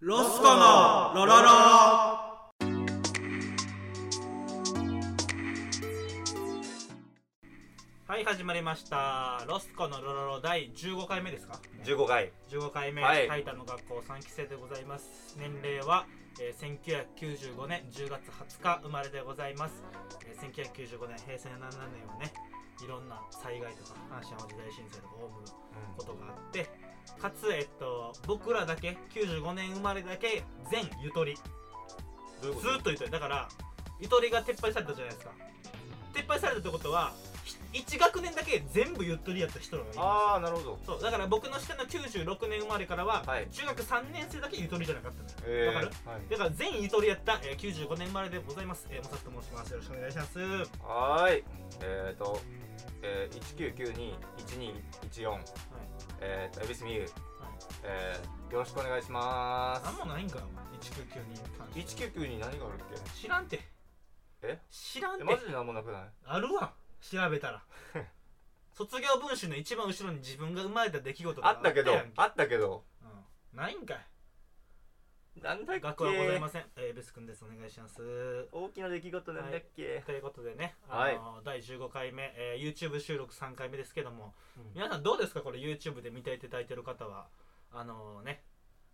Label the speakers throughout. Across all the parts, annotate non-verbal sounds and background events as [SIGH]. Speaker 1: ロスコのロロロはい始まりましたロスコのロロロ第15回目ですか
Speaker 2: 15回
Speaker 1: 15回目、
Speaker 2: はい
Speaker 1: タイタの学校3期生でございます年齢は、えー、1995年10月20日生まれでございます、えー、1995年平成7年はねいろんな災害とか阪神・淡路大震災とかオウムのことがあってかつ、えっと、僕らだけ95年生まれだけ全ゆとり
Speaker 2: どういうこ
Speaker 1: ずーっとゆとりだからゆとりが撤廃されたじゃないですか撤廃されたってことは1学年だけ全部ゆとりやった人らがいるんです
Speaker 2: と
Speaker 1: よ
Speaker 2: ああなるほど
Speaker 1: そうだから僕の下の96年生まれからは、
Speaker 2: はい
Speaker 1: 中学3年生だけゆとりじゃなかったのよ、
Speaker 2: え
Speaker 1: わかる
Speaker 2: ーはい
Speaker 1: だから全ゆとりやった、えー、95年生まれでございます、えー、もさと申しますよろしくお願いしますは
Speaker 2: はーいえっ、ー、と、えー、19921214えーと恵比寿美優えー、よろしくお願いしま
Speaker 1: い、なんもないんかよお前1992に関し
Speaker 2: す199に何があるって
Speaker 1: 知らんて
Speaker 2: え
Speaker 1: 知らん
Speaker 2: え
Speaker 1: て
Speaker 2: マジで何もなくない
Speaker 1: あるわ調べた
Speaker 2: [LAUGHS]
Speaker 1: ら卒業文集の一番後ろに自分が生まれた出来事が
Speaker 2: あったけど
Speaker 1: やん
Speaker 2: あったけど
Speaker 1: うん、ないんかい
Speaker 2: なんだっけ
Speaker 1: 学校はございませんえー、ベス君ですお願いします
Speaker 2: 大きな出来事なんだっけ、
Speaker 1: ということでね、あ
Speaker 2: はい
Speaker 1: の第15回目、えー YouTube 収録3回目ですけども、
Speaker 2: うん
Speaker 1: 皆さんどうですかこれ YouTube で見ていただいてる方はあのね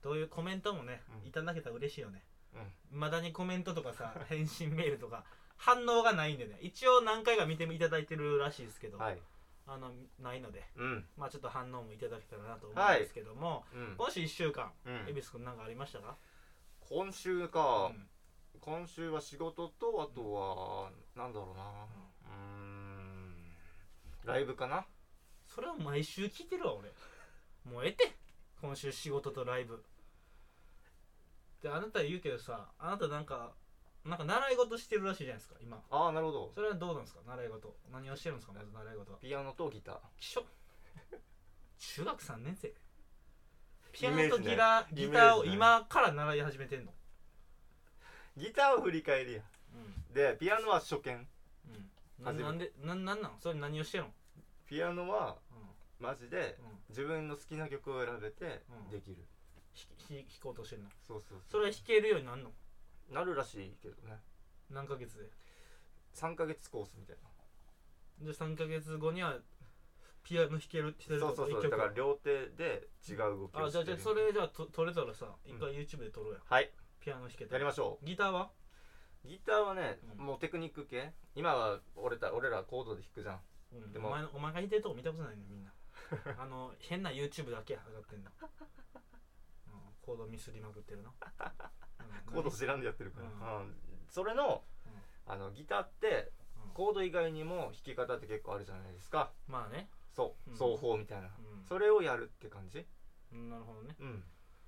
Speaker 1: どういうコメントもね、
Speaker 2: うん
Speaker 1: いただけたら嬉しいよね
Speaker 2: うん
Speaker 1: いまだにコメントとかさ [LAUGHS] 返信メールとか反応がないんでね一応何回か見ていただいてるらしいですけど、
Speaker 2: はい
Speaker 1: あのないので
Speaker 2: うん
Speaker 1: まあちょっと反応もいただけたらなと思
Speaker 2: は
Speaker 1: うん
Speaker 2: い
Speaker 1: ですけども、
Speaker 2: うん、
Speaker 1: 今週1週間
Speaker 2: うん
Speaker 1: 恵比寿君なんかありましたか、
Speaker 2: 今週
Speaker 1: うん
Speaker 2: か、今週は仕事とあとは、なんだろうなうーんライブかな
Speaker 1: それは毎週聞いてるわ俺もうええて今週仕事とライブであなた言うけどさあなたなんかなんか習い事してるらしいじゃないですか今
Speaker 2: ああなるほど
Speaker 1: それはどうなんですか習い事何をしてるんですかまず習い事は
Speaker 2: ピアノとギター
Speaker 1: きしょ中学3年生ピ
Speaker 2: イ
Speaker 1: ア
Speaker 2: メー
Speaker 1: ノと
Speaker 2: ジない
Speaker 1: ギター,、
Speaker 2: イメージない
Speaker 1: ギターを今から習い始めてんの
Speaker 2: ギターを振り返りやでピアノは初見
Speaker 1: うんうん
Speaker 2: 初め
Speaker 1: な
Speaker 2: て
Speaker 1: なんでななんなんそれ何をしてんの、
Speaker 2: ピアノは
Speaker 1: うん
Speaker 2: マジで
Speaker 1: うん
Speaker 2: 自分の好きな曲を選べて
Speaker 1: うん
Speaker 2: できる、
Speaker 1: ひひ弾こうとしてんの
Speaker 2: そうそう
Speaker 1: それは弾けるようになんの
Speaker 2: なるらしいけどね
Speaker 1: 何ヶ月で
Speaker 2: 3ヶ月コースみたい
Speaker 1: で3ヶ月後にはピアノ弾けるって言
Speaker 2: な
Speaker 1: って
Speaker 2: そう
Speaker 1: る
Speaker 2: そうそうだから両手で違う動きを
Speaker 1: あじゃあ
Speaker 2: して
Speaker 1: じゃ
Speaker 2: る
Speaker 1: あそれじゃあと撮れたらさ一回
Speaker 2: う
Speaker 1: YouTube で撮ろうや、
Speaker 2: はい
Speaker 1: ピアノ弾けた
Speaker 2: やり
Speaker 1: ら
Speaker 2: ましょ
Speaker 1: ギターは
Speaker 2: うギターはね、
Speaker 1: うん
Speaker 2: もうテクニック系今は俺た俺らコードで弾くじゃん
Speaker 1: うん
Speaker 2: でも
Speaker 1: お前のお前が弾いてるとこ見たことないねみ
Speaker 2: [LAUGHS]
Speaker 1: んなあの変な YouTube だけ上がってんの、うん、コードミスりまくってるな、うん
Speaker 2: コード知らんでやってるから、
Speaker 1: う
Speaker 2: うんそれの
Speaker 1: うん
Speaker 2: あのギターって
Speaker 1: うん
Speaker 2: コード以外にも弾き方って結構あるじゃないですか
Speaker 1: まあね、
Speaker 2: そう、
Speaker 1: うん
Speaker 2: 奏法みたいな、
Speaker 1: うん
Speaker 2: それをやるって感じ
Speaker 1: うんなるほどね
Speaker 2: うん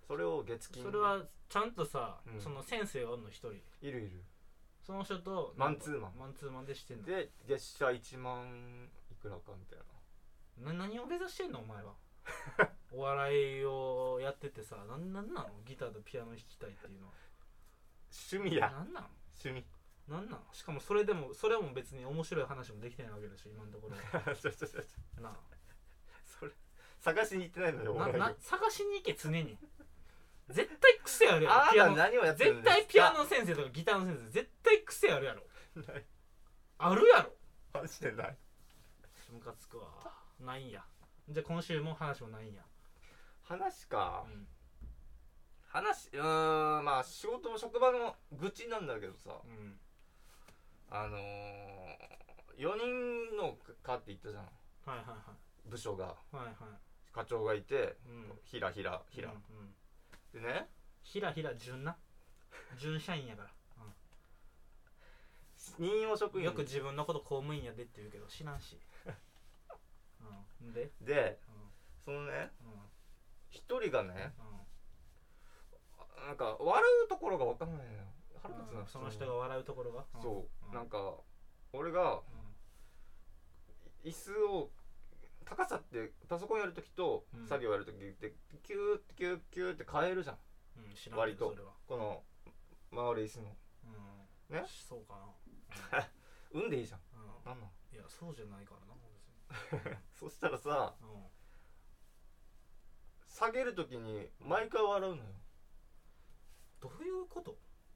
Speaker 2: それを月金
Speaker 1: それはちゃんとさ、
Speaker 2: うん
Speaker 1: その先生がおんの一人
Speaker 2: いるいる
Speaker 1: その人と
Speaker 2: マンツーマン
Speaker 1: マンツーマンでしてんの
Speaker 2: で月謝1万いくらかみたいな
Speaker 1: な何を目指してんのお
Speaker 2: [LAUGHS]
Speaker 1: 前はお笑いをやっててさなんなんなのギターとピアノ弾きたいっていうのは
Speaker 2: 趣味や
Speaker 1: なんなん
Speaker 2: 趣味 [LAUGHS]
Speaker 1: なんなんしかもそれでもそれも別に面白い話もできてないわけでしょ今のところ
Speaker 2: ちょちょちょちょ
Speaker 1: な
Speaker 2: それ探しに行ってないのよ
Speaker 1: な
Speaker 2: 俺
Speaker 1: な探しに行け常に絶対癖あるやろ
Speaker 2: あ
Speaker 1: ピ
Speaker 2: な
Speaker 1: ア
Speaker 2: た
Speaker 1: ノ
Speaker 2: 何をやってるん
Speaker 1: 絶
Speaker 2: です
Speaker 1: 対
Speaker 2: か
Speaker 1: ピアノ先生とかギターの先生絶対癖あるやろあるやろ
Speaker 2: マジでない
Speaker 1: ムカつくわないんやじゃあ今週も話もないんや、
Speaker 2: 話か、
Speaker 1: うん
Speaker 2: 話うーんまあ仕事も職場の愚痴なんだけどさ
Speaker 1: うん、
Speaker 2: あのー、4人の課って言ったじゃん
Speaker 1: はいはい
Speaker 2: 部署が
Speaker 1: はいはいはい
Speaker 2: 課長がいて
Speaker 1: うん
Speaker 2: ひらひらひら
Speaker 1: うん、うん
Speaker 2: でね
Speaker 1: ひらひら純な純社員やから、
Speaker 2: 任用職
Speaker 1: うん、
Speaker 2: 員
Speaker 1: よく自分のこと公務員やでって言うけど知らんし、うん、で、
Speaker 2: で
Speaker 1: う
Speaker 2: その
Speaker 1: ん
Speaker 2: ね一人がね
Speaker 1: う
Speaker 2: なんか笑うところが分かんないのよ腹
Speaker 1: ん
Speaker 2: 立つ
Speaker 1: う、
Speaker 2: なん
Speaker 1: その人が笑うところが、ん
Speaker 2: そうなん
Speaker 1: か、
Speaker 2: か俺が
Speaker 1: う
Speaker 2: 椅子を高さってパソコンやるときと
Speaker 1: うん
Speaker 2: 作業やるときってキューってキューキューって変えるじゃん
Speaker 1: んうん、知らんけ
Speaker 2: 割
Speaker 1: ど
Speaker 2: と
Speaker 1: それは、
Speaker 2: この回る椅子の
Speaker 1: うん、
Speaker 2: ね
Speaker 1: そうか
Speaker 2: うんでいいじゃん
Speaker 1: な、う
Speaker 2: なんな
Speaker 1: ん、
Speaker 2: ん
Speaker 1: いやそうじゃないからな別に
Speaker 2: そしたらさ下げるときに毎回笑うのよ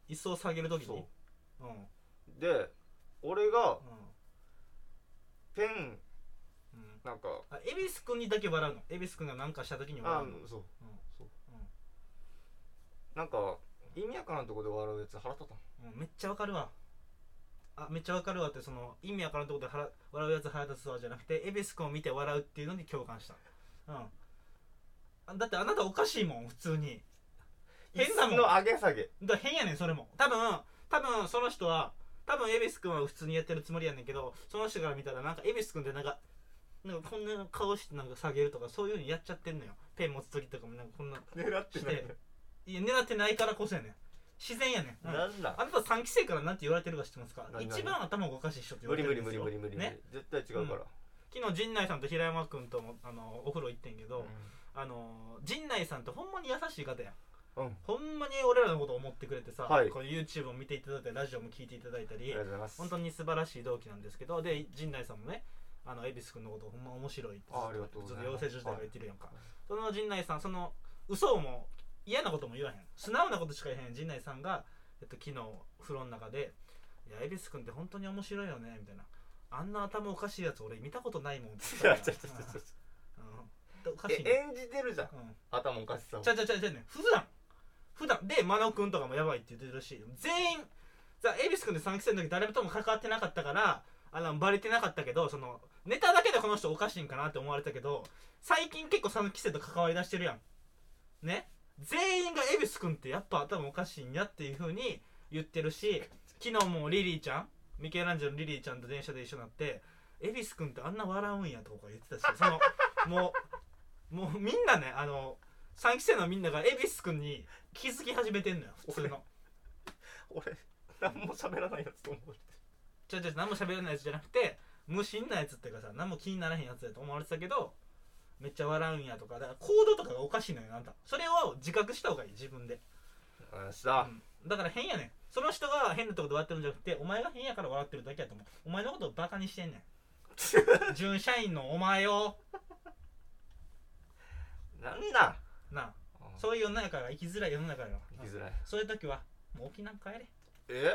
Speaker 1: 椅子を下げるときに、
Speaker 2: そう
Speaker 1: んうん
Speaker 2: で俺がペン
Speaker 1: うん、
Speaker 2: なんか
Speaker 1: あ恵比寿君にだけ笑うの恵比寿君が何かしたときに
Speaker 2: あ
Speaker 1: 笑うの
Speaker 2: そう
Speaker 1: うん
Speaker 2: そう
Speaker 1: う
Speaker 2: なんか意味やからんとこで笑うやつ腹立たん
Speaker 1: んうんめっちゃわかるわあめっちゃわかるわってその意味わからんとこで腹笑うやつ腹立つわじゃなくて恵比寿君を見て笑うっていうのに共感したうんあだってあなたおかしいもん普通に変なもん
Speaker 2: 椅子の上げ下げ
Speaker 1: だから変やねんそれも多分多分その人は多分恵比寿君は普通にやってるつもりやねんけどその人から見たらなんか恵比寿君ってなんかなんかこんな顔してなんか下げるとかそういうのやっちゃってんのよペン持つ時とかもなんかこんな
Speaker 2: 狙ってない
Speaker 1: していや狙ってないからこそやねん自然やねん、うん
Speaker 2: なんだ
Speaker 1: あなた3期生からなんて言われてるか知ってますか
Speaker 2: 何何
Speaker 1: 一番頭がおかしい人って言
Speaker 2: 無
Speaker 1: われ
Speaker 2: 理
Speaker 1: て
Speaker 2: 無
Speaker 1: る
Speaker 2: 理
Speaker 1: ん
Speaker 2: 無
Speaker 1: ですよ
Speaker 2: 理無理無理無理
Speaker 1: ね
Speaker 2: 絶対違うから
Speaker 1: 昨日陣内さんと平山君ともあのお風呂行ってんけど、あの陣内さんってほんまに優しい方やん
Speaker 2: うんうん
Speaker 1: ほんまに俺らのこと思ってくれてさ、
Speaker 2: はい
Speaker 1: この YouTube を見ていただいたりラジオも聞いていただいた
Speaker 2: あり
Speaker 1: り
Speaker 2: がとうございます
Speaker 1: 本当に素晴らしい同期なんですけどで陣内さんもねあの恵比寿君のことほんま面白いってずっ
Speaker 2: あありがとうございます
Speaker 1: ずっと養成所時代から言ってるやんか、
Speaker 2: はい
Speaker 1: その陣内さんその嘘も嫌なことも言わへん素直なことしか言えへん陣内さんが、えっと、昨日風呂の中で「いや恵比寿君って本当に面白いよね」みたいな「あんな頭おかしいやつ俺見たことないもん」って言った
Speaker 2: ちょ
Speaker 1: ら
Speaker 2: [LAUGHS] ちょちょちょち
Speaker 1: うんうんおか
Speaker 2: ょ
Speaker 1: しい
Speaker 2: え
Speaker 1: ね、
Speaker 2: 演じてるじゃん
Speaker 1: うん
Speaker 2: 頭おかしさを
Speaker 1: ちゃうちゃうちゃうちゃうね普段普段で真野君とかもやばいって言ってるし全員じゃあ恵比寿君で3期生の時誰とも関わってなかったからあのバレてなかったけどそのネタだけでこの人おかしいんかなって思われたけど最近結構3期生と関わりだしてるやんね全員が恵比寿君ってやっぱ頭おかしいんやっていうふうに言ってるし昨日もリリーちゃんミケランジェロのリリーちゃんと電車で一緒になって恵比寿君ってあんな笑うんやとか言ってたしその [LAUGHS] もうもうみんなねあの3期生のみんなが恵比寿君に気づき始めてんのよ普通の
Speaker 2: 俺何も喋らないやつと思われて
Speaker 1: ちょちょ何も喋らないやつじゃなくて無心なやつっていうかさ何も気にならへんやつだと思われてたけどめっちゃ笑うんやとかだから行動とかがおかしいのよあんたそれを自覚した方がいい自分で、
Speaker 2: るし
Speaker 1: う
Speaker 2: た
Speaker 1: ん、だから変やねんその人が変なとこで笑ってるんじゃなくてお前が変やから笑ってるだけやと思うお前のことをバカに
Speaker 2: [LAUGHS]
Speaker 1: してんねん準社員のお前を
Speaker 2: なんだ
Speaker 1: なあ
Speaker 2: あ
Speaker 1: そういう世の中が生きづらい世の中よ
Speaker 2: 生きづらい
Speaker 1: そういう時はもう沖縄帰れっ
Speaker 2: え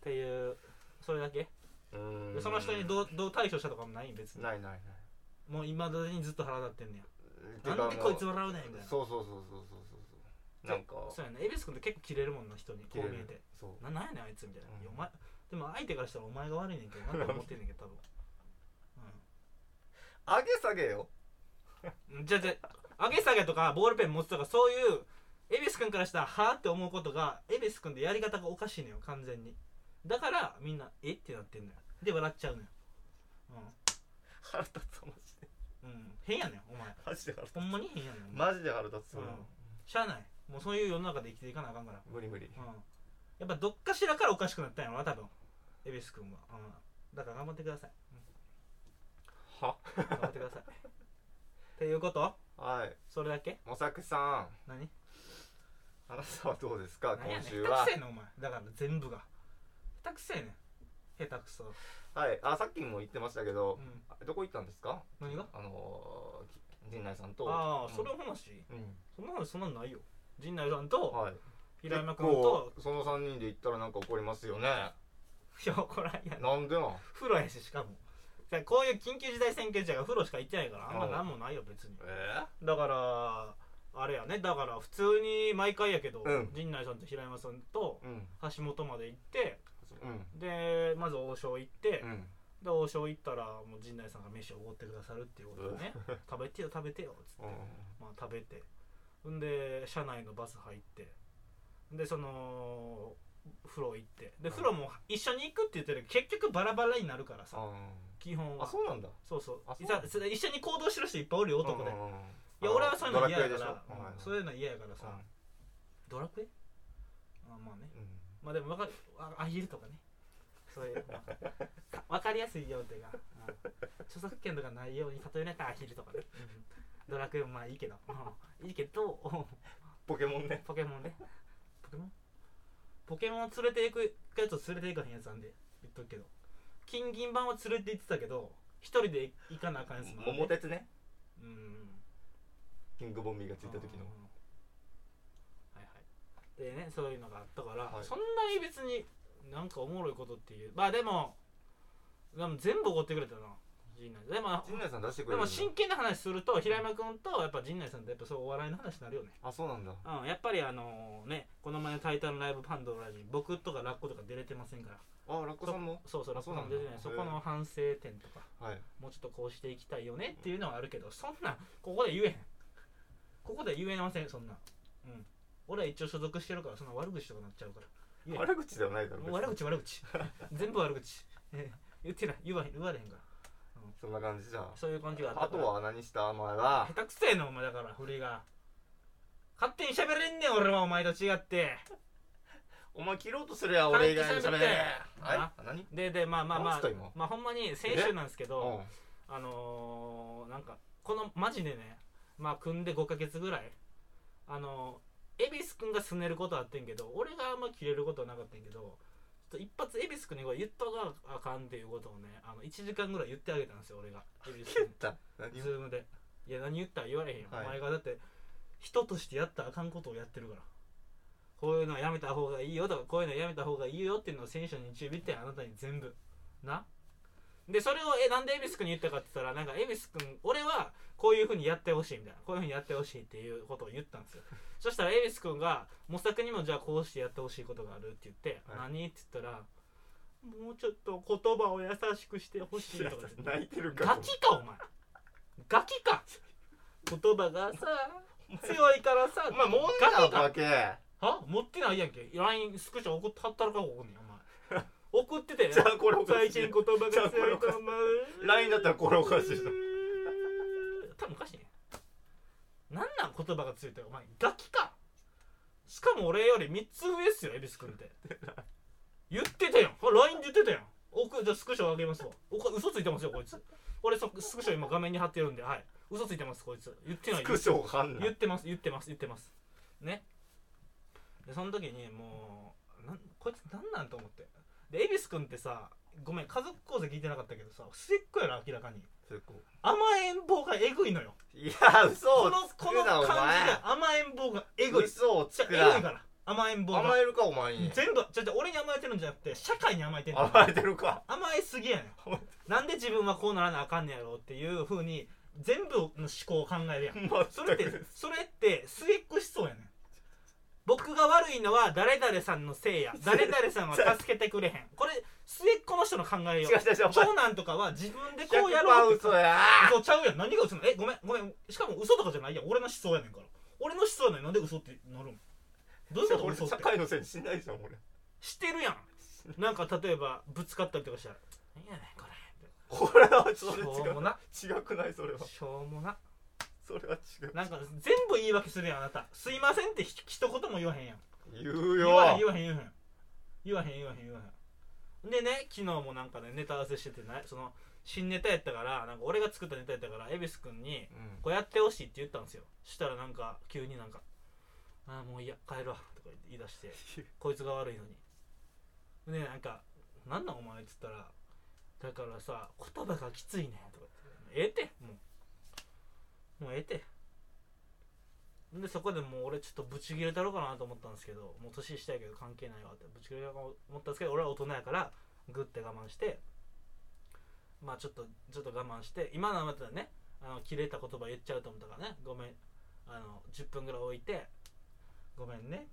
Speaker 1: ていうそれだけ
Speaker 2: うー
Speaker 1: で
Speaker 2: ん
Speaker 1: その人にどうどう対処したとかもないん別に
Speaker 2: ないないない
Speaker 1: もう今だにずっと腹立ってんね
Speaker 2: て
Speaker 1: や
Speaker 2: か
Speaker 1: なんでこいつ
Speaker 2: も
Speaker 1: 笑う
Speaker 2: う
Speaker 1: ねんみたいな
Speaker 2: そうそうそうそうそうそうなんか
Speaker 1: そうやね恵比寿君って結構キレるもんな人にこう見えて
Speaker 2: そう
Speaker 1: ななんやねんあいつみたいな、
Speaker 2: うん
Speaker 1: いやお前でも相手からしたらお前が悪いねんけどなんか思ってんねんけど多分
Speaker 2: 上げ下げよ
Speaker 1: うんじゃあじゃあ上げ下げとかボールペン持つとかそういう恵比寿君からしたらはあって思うことが恵比寿君でやり方がおかしいのよ完全にだからみんなえってなってんのよで笑っちゃうのよ
Speaker 2: 腹立つマジで
Speaker 1: うん、うん、変やねんお前
Speaker 2: マジで腹立
Speaker 1: ほんまに変やねんお
Speaker 2: つ
Speaker 1: 前
Speaker 2: マジで腹立つ、
Speaker 1: うんしゃあないもうそういう世の中で生きていかなあかんから
Speaker 2: 無理無理
Speaker 1: うんやっぱどっかしらからおかしくなったんやろな多分恵比寿君は、うん、だから頑張ってください、
Speaker 2: は
Speaker 1: うん、頑張ってくださいっていうこと
Speaker 2: はい
Speaker 1: それだけ
Speaker 2: もさくさん
Speaker 1: 何
Speaker 2: あなたはどうですか
Speaker 1: 何やね
Speaker 2: 今
Speaker 1: ん
Speaker 2: 週
Speaker 1: 下
Speaker 2: は
Speaker 1: 手くせえねんお前だから全部が下手くせえねん下手くそ、
Speaker 2: はいあさっきも言ってましたけど
Speaker 1: う、ん、
Speaker 2: どこ行ったんですか
Speaker 1: 何が
Speaker 2: あのー、陣内さんと
Speaker 1: ああ、
Speaker 2: うん
Speaker 1: それの話
Speaker 2: うん
Speaker 1: そんな話そんなんないよ陣内さんと
Speaker 2: はい
Speaker 1: 平山君
Speaker 2: ことうその3人で行ったらなんか怒りますよね
Speaker 1: いや怒らんやん
Speaker 2: なんでなん
Speaker 1: 風呂やししかもじゃあこういう緊急事態宣言中が風呂しか行ってないからあんまなんもないよ別に
Speaker 2: え
Speaker 1: だからあれやねだから普通に毎回やけど、
Speaker 2: うん
Speaker 1: 陣内さんと平山さんと
Speaker 2: ー、うん
Speaker 1: 橋本まで行って
Speaker 2: うん
Speaker 1: でまず王将行って、
Speaker 2: うん
Speaker 1: で王将行ったらもう陣内さんが飯をおごってくださるっていうことでね食べてよ食べてよっつって、まあ、食べてんで車内のバス入ってでその風呂行ってで風呂も一緒に行くって言ってるけど結局バラバラになるからさ基本
Speaker 2: あ
Speaker 1: は
Speaker 2: そうなんだ
Speaker 1: そうそう
Speaker 2: あそう
Speaker 1: さそれ一緒に行動してる人いっぱいおるよ男で、
Speaker 2: うんうんうん
Speaker 1: いや俺はそういうの嫌やから
Speaker 2: ドラクエでしょはい
Speaker 1: うんそういうの嫌やからさ、
Speaker 2: うん
Speaker 1: ドラクエあまあね
Speaker 2: うん
Speaker 1: まあでもわかるああ言えるとかねそういう、まあ、分かりやすいよっていうか、うん著作権とかないように例えなきゃアヒルとかね、うんドラクエもまあいいけど、うんいいけど [LAUGHS]
Speaker 2: ポケモンね
Speaker 1: ポケモンねポケモンポケモン連れていくやつを連れていかへんやつなんで言っとくけど金銀版は連れて行ってたけど一人で行かなあかんやつもあるね
Speaker 2: 桃鉄ね
Speaker 1: うん
Speaker 2: キングボンビーがついた時の
Speaker 1: うんはいはいでねそういうのがあったから、
Speaker 2: はい
Speaker 1: そんなに別になんかおもろいことっていうまあでもでも全部怒ってくれたな陣内でも
Speaker 2: 陣内さん出してく
Speaker 1: で
Speaker 2: れる
Speaker 1: も
Speaker 2: んだ
Speaker 1: 真剣な話すると平山君とやっぱ陣内さんとやっぱそうお笑いの話になるよね
Speaker 2: あそうなんだ
Speaker 1: うん、やっぱりあのねこの前の「タイタンライブパンドラに僕とかラッコとか出れてませんから
Speaker 2: あラッコさんも
Speaker 1: そうそうラッコさんも出てない
Speaker 2: そ
Speaker 1: そう
Speaker 2: なんだ
Speaker 1: この反省点とか
Speaker 2: はい
Speaker 1: もうちょっとこうしていきたいよねっていうのはあるけどそんなんここで言えへんここで言えませんそんなんうん俺は一応所属してるからそんな悪口とかなっちゃうから言えへん
Speaker 2: 悪口ではないだろ
Speaker 1: もう悪口悪口 [LAUGHS] 全部悪口ええ言ってない言わへん言われへんから
Speaker 2: そんな感じじゃ
Speaker 1: そういう感じがあった
Speaker 2: あ
Speaker 1: か
Speaker 2: と
Speaker 1: ら
Speaker 2: は何したお前は
Speaker 1: 下手くそやねんお前だから振りが勝手に喋れんねん俺はお前と違って
Speaker 2: お前切ろうとするや俺以外の喋れはい
Speaker 1: あ
Speaker 2: 何
Speaker 1: ででまあまあま
Speaker 2: なんつ
Speaker 1: あ
Speaker 2: った今
Speaker 1: まあほんまに先週なんですけ
Speaker 2: う
Speaker 1: ど
Speaker 2: ん
Speaker 1: あのー、なんかこのマジでねまあ組んで5ヶ月ぐらいあのー、恵比寿くんがすねることはあってんけど俺があんま切れることはなかったんやけどちょっと一発恵比寿くんにこれ言っとかなあかんっていうことをねあの1時間ぐらい言ってあげたんですよ俺が恵比寿
Speaker 2: 切っ
Speaker 1: 君
Speaker 2: た何
Speaker 1: ズームでいや何言ったら言われへんよ、
Speaker 2: はい
Speaker 1: お前がだって人としてやったらあかんことをやってるからこういうのはやめた方がいいよとかこういうのはやめた方がいいよっていうのを選手に導いてあなたに全部なでそれをえなんで恵比寿君に言ったかって言ったらなんか恵比寿君俺はこういうふうにやってほしいみたいなこういうふうにやってほしいっていうことを言ったんですよそしたら恵比寿君が模索にもじゃあこうしてやってほしいことがあるって言って、
Speaker 2: はい
Speaker 1: 何って言ったらもうちょっと言葉を優しくしてほしいとか言って
Speaker 2: 泣いてるか
Speaker 1: ガ
Speaker 2: ら
Speaker 1: キかお前ガキか言葉が [LAUGHS] さ強いからさ
Speaker 2: お前もん
Speaker 1: ガ
Speaker 2: だ
Speaker 1: キか
Speaker 2: バケじ
Speaker 1: は持ってないやんけ LINE スクショ送ってはったらか [LAUGHS] ここにお前送ってて
Speaker 2: ゃあこれおかし
Speaker 1: 最
Speaker 2: い
Speaker 1: 近言葉が [LAUGHS] 強いと思う
Speaker 2: LINE だったらこれおかしいじゃん
Speaker 1: 多分おかしいねなんなん言葉が強いってお前ガキかしかも俺より3つ上っすよ恵比寿君って言ってたやんほら LINE で言ってたやん奥じゃあスクショあげますわおか嘘ついてますよこいつ俺そスクショ今画面に貼ってるんではい嘘ついてますこいつ言ってない
Speaker 2: スクショ貼んな
Speaker 1: 言ってます言ってます言ってますねでその時にもうなんこいつなんなんと思ってで恵比寿君ってさごめん家族構成聞いてなかったけどさ末っ子やろ明らかに
Speaker 2: そういう子
Speaker 1: 甘えん坊がえぐいのよ
Speaker 2: いや嘘
Speaker 1: こ
Speaker 2: を
Speaker 1: の
Speaker 2: つ
Speaker 1: こ
Speaker 2: く
Speaker 1: の
Speaker 2: な
Speaker 1: 感
Speaker 2: お
Speaker 1: じ
Speaker 2: 前
Speaker 1: が甘えん坊がえぐい
Speaker 2: 嘘を
Speaker 1: じ
Speaker 2: つ
Speaker 1: ゃ
Speaker 2: く
Speaker 1: えぐい
Speaker 2: な
Speaker 1: から甘えん坊
Speaker 2: 甘
Speaker 1: が
Speaker 2: えるかお前に
Speaker 1: 全部じゃじゃ俺に甘えてるんじゃなくて社会に甘えてるのよ
Speaker 2: 甘えてるか
Speaker 1: 甘えすぎやねんなんで自分はこうならなあかんねやろうっていうふうに全部の思考を考えるやんそ
Speaker 2: [LAUGHS]
Speaker 1: れってそれって末っ子思想やねん僕が悪いのは誰々さんのせ
Speaker 2: [LAUGHS]
Speaker 1: いや誰々さんは助けてくれへんこれ末っ子の人の考え
Speaker 2: 違う違
Speaker 1: よ
Speaker 2: う違うお前
Speaker 1: 長男とかは自分でこうや
Speaker 2: 100%
Speaker 1: ろうって
Speaker 2: 嘘や
Speaker 1: 嘘ちゃうやん何が嘘なのえごめんごめんしかも嘘とかじゃないやん俺の思想やねんから俺の思想やのになんで嘘ってなるんどういうこと
Speaker 2: 俺
Speaker 1: 嘘
Speaker 2: 社
Speaker 1: って
Speaker 2: 会のせいにしないじゃん俺
Speaker 1: してるやんなんか例えばぶつかったりとかしたら「何やねんこれ
Speaker 2: これは」そ
Speaker 1: し
Speaker 2: れ
Speaker 1: ょうも
Speaker 2: 違
Speaker 1: な
Speaker 2: う違くないそれは
Speaker 1: しょうもな
Speaker 2: それは違う
Speaker 1: なんか全部言い訳するやんあなた「すいません」ってひ一言も言わへんやん
Speaker 2: 言う
Speaker 1: 言わへん言
Speaker 2: よ
Speaker 1: わへん言わへん言わへん言わへん言わへんでね昨日もなんかねネタ合わせしててねその新ネタやったからなんか俺が作ったネタやったから恵比寿君に
Speaker 2: うん
Speaker 1: こうやってほしいって言ったんですよそしたらなんか急になんか「ああもういいや帰るわ」とか言い出してこいつが悪いのにでなんか「なんなんお前」っつったら「だからさ言葉がきついねん」とか言って「ええてもうもうええて」でそこでもう俺ちょっとブチギレたろうかなと思ったんですけどもう年下やけど関係ないわってブチギレたと思ったんですけど俺は大人やからグッて我慢してまあちょっとちょっと我慢して今のはまたねあの切れた言葉言っちゃうと思ったからねごめんあの10分ぐらい置いてごめんね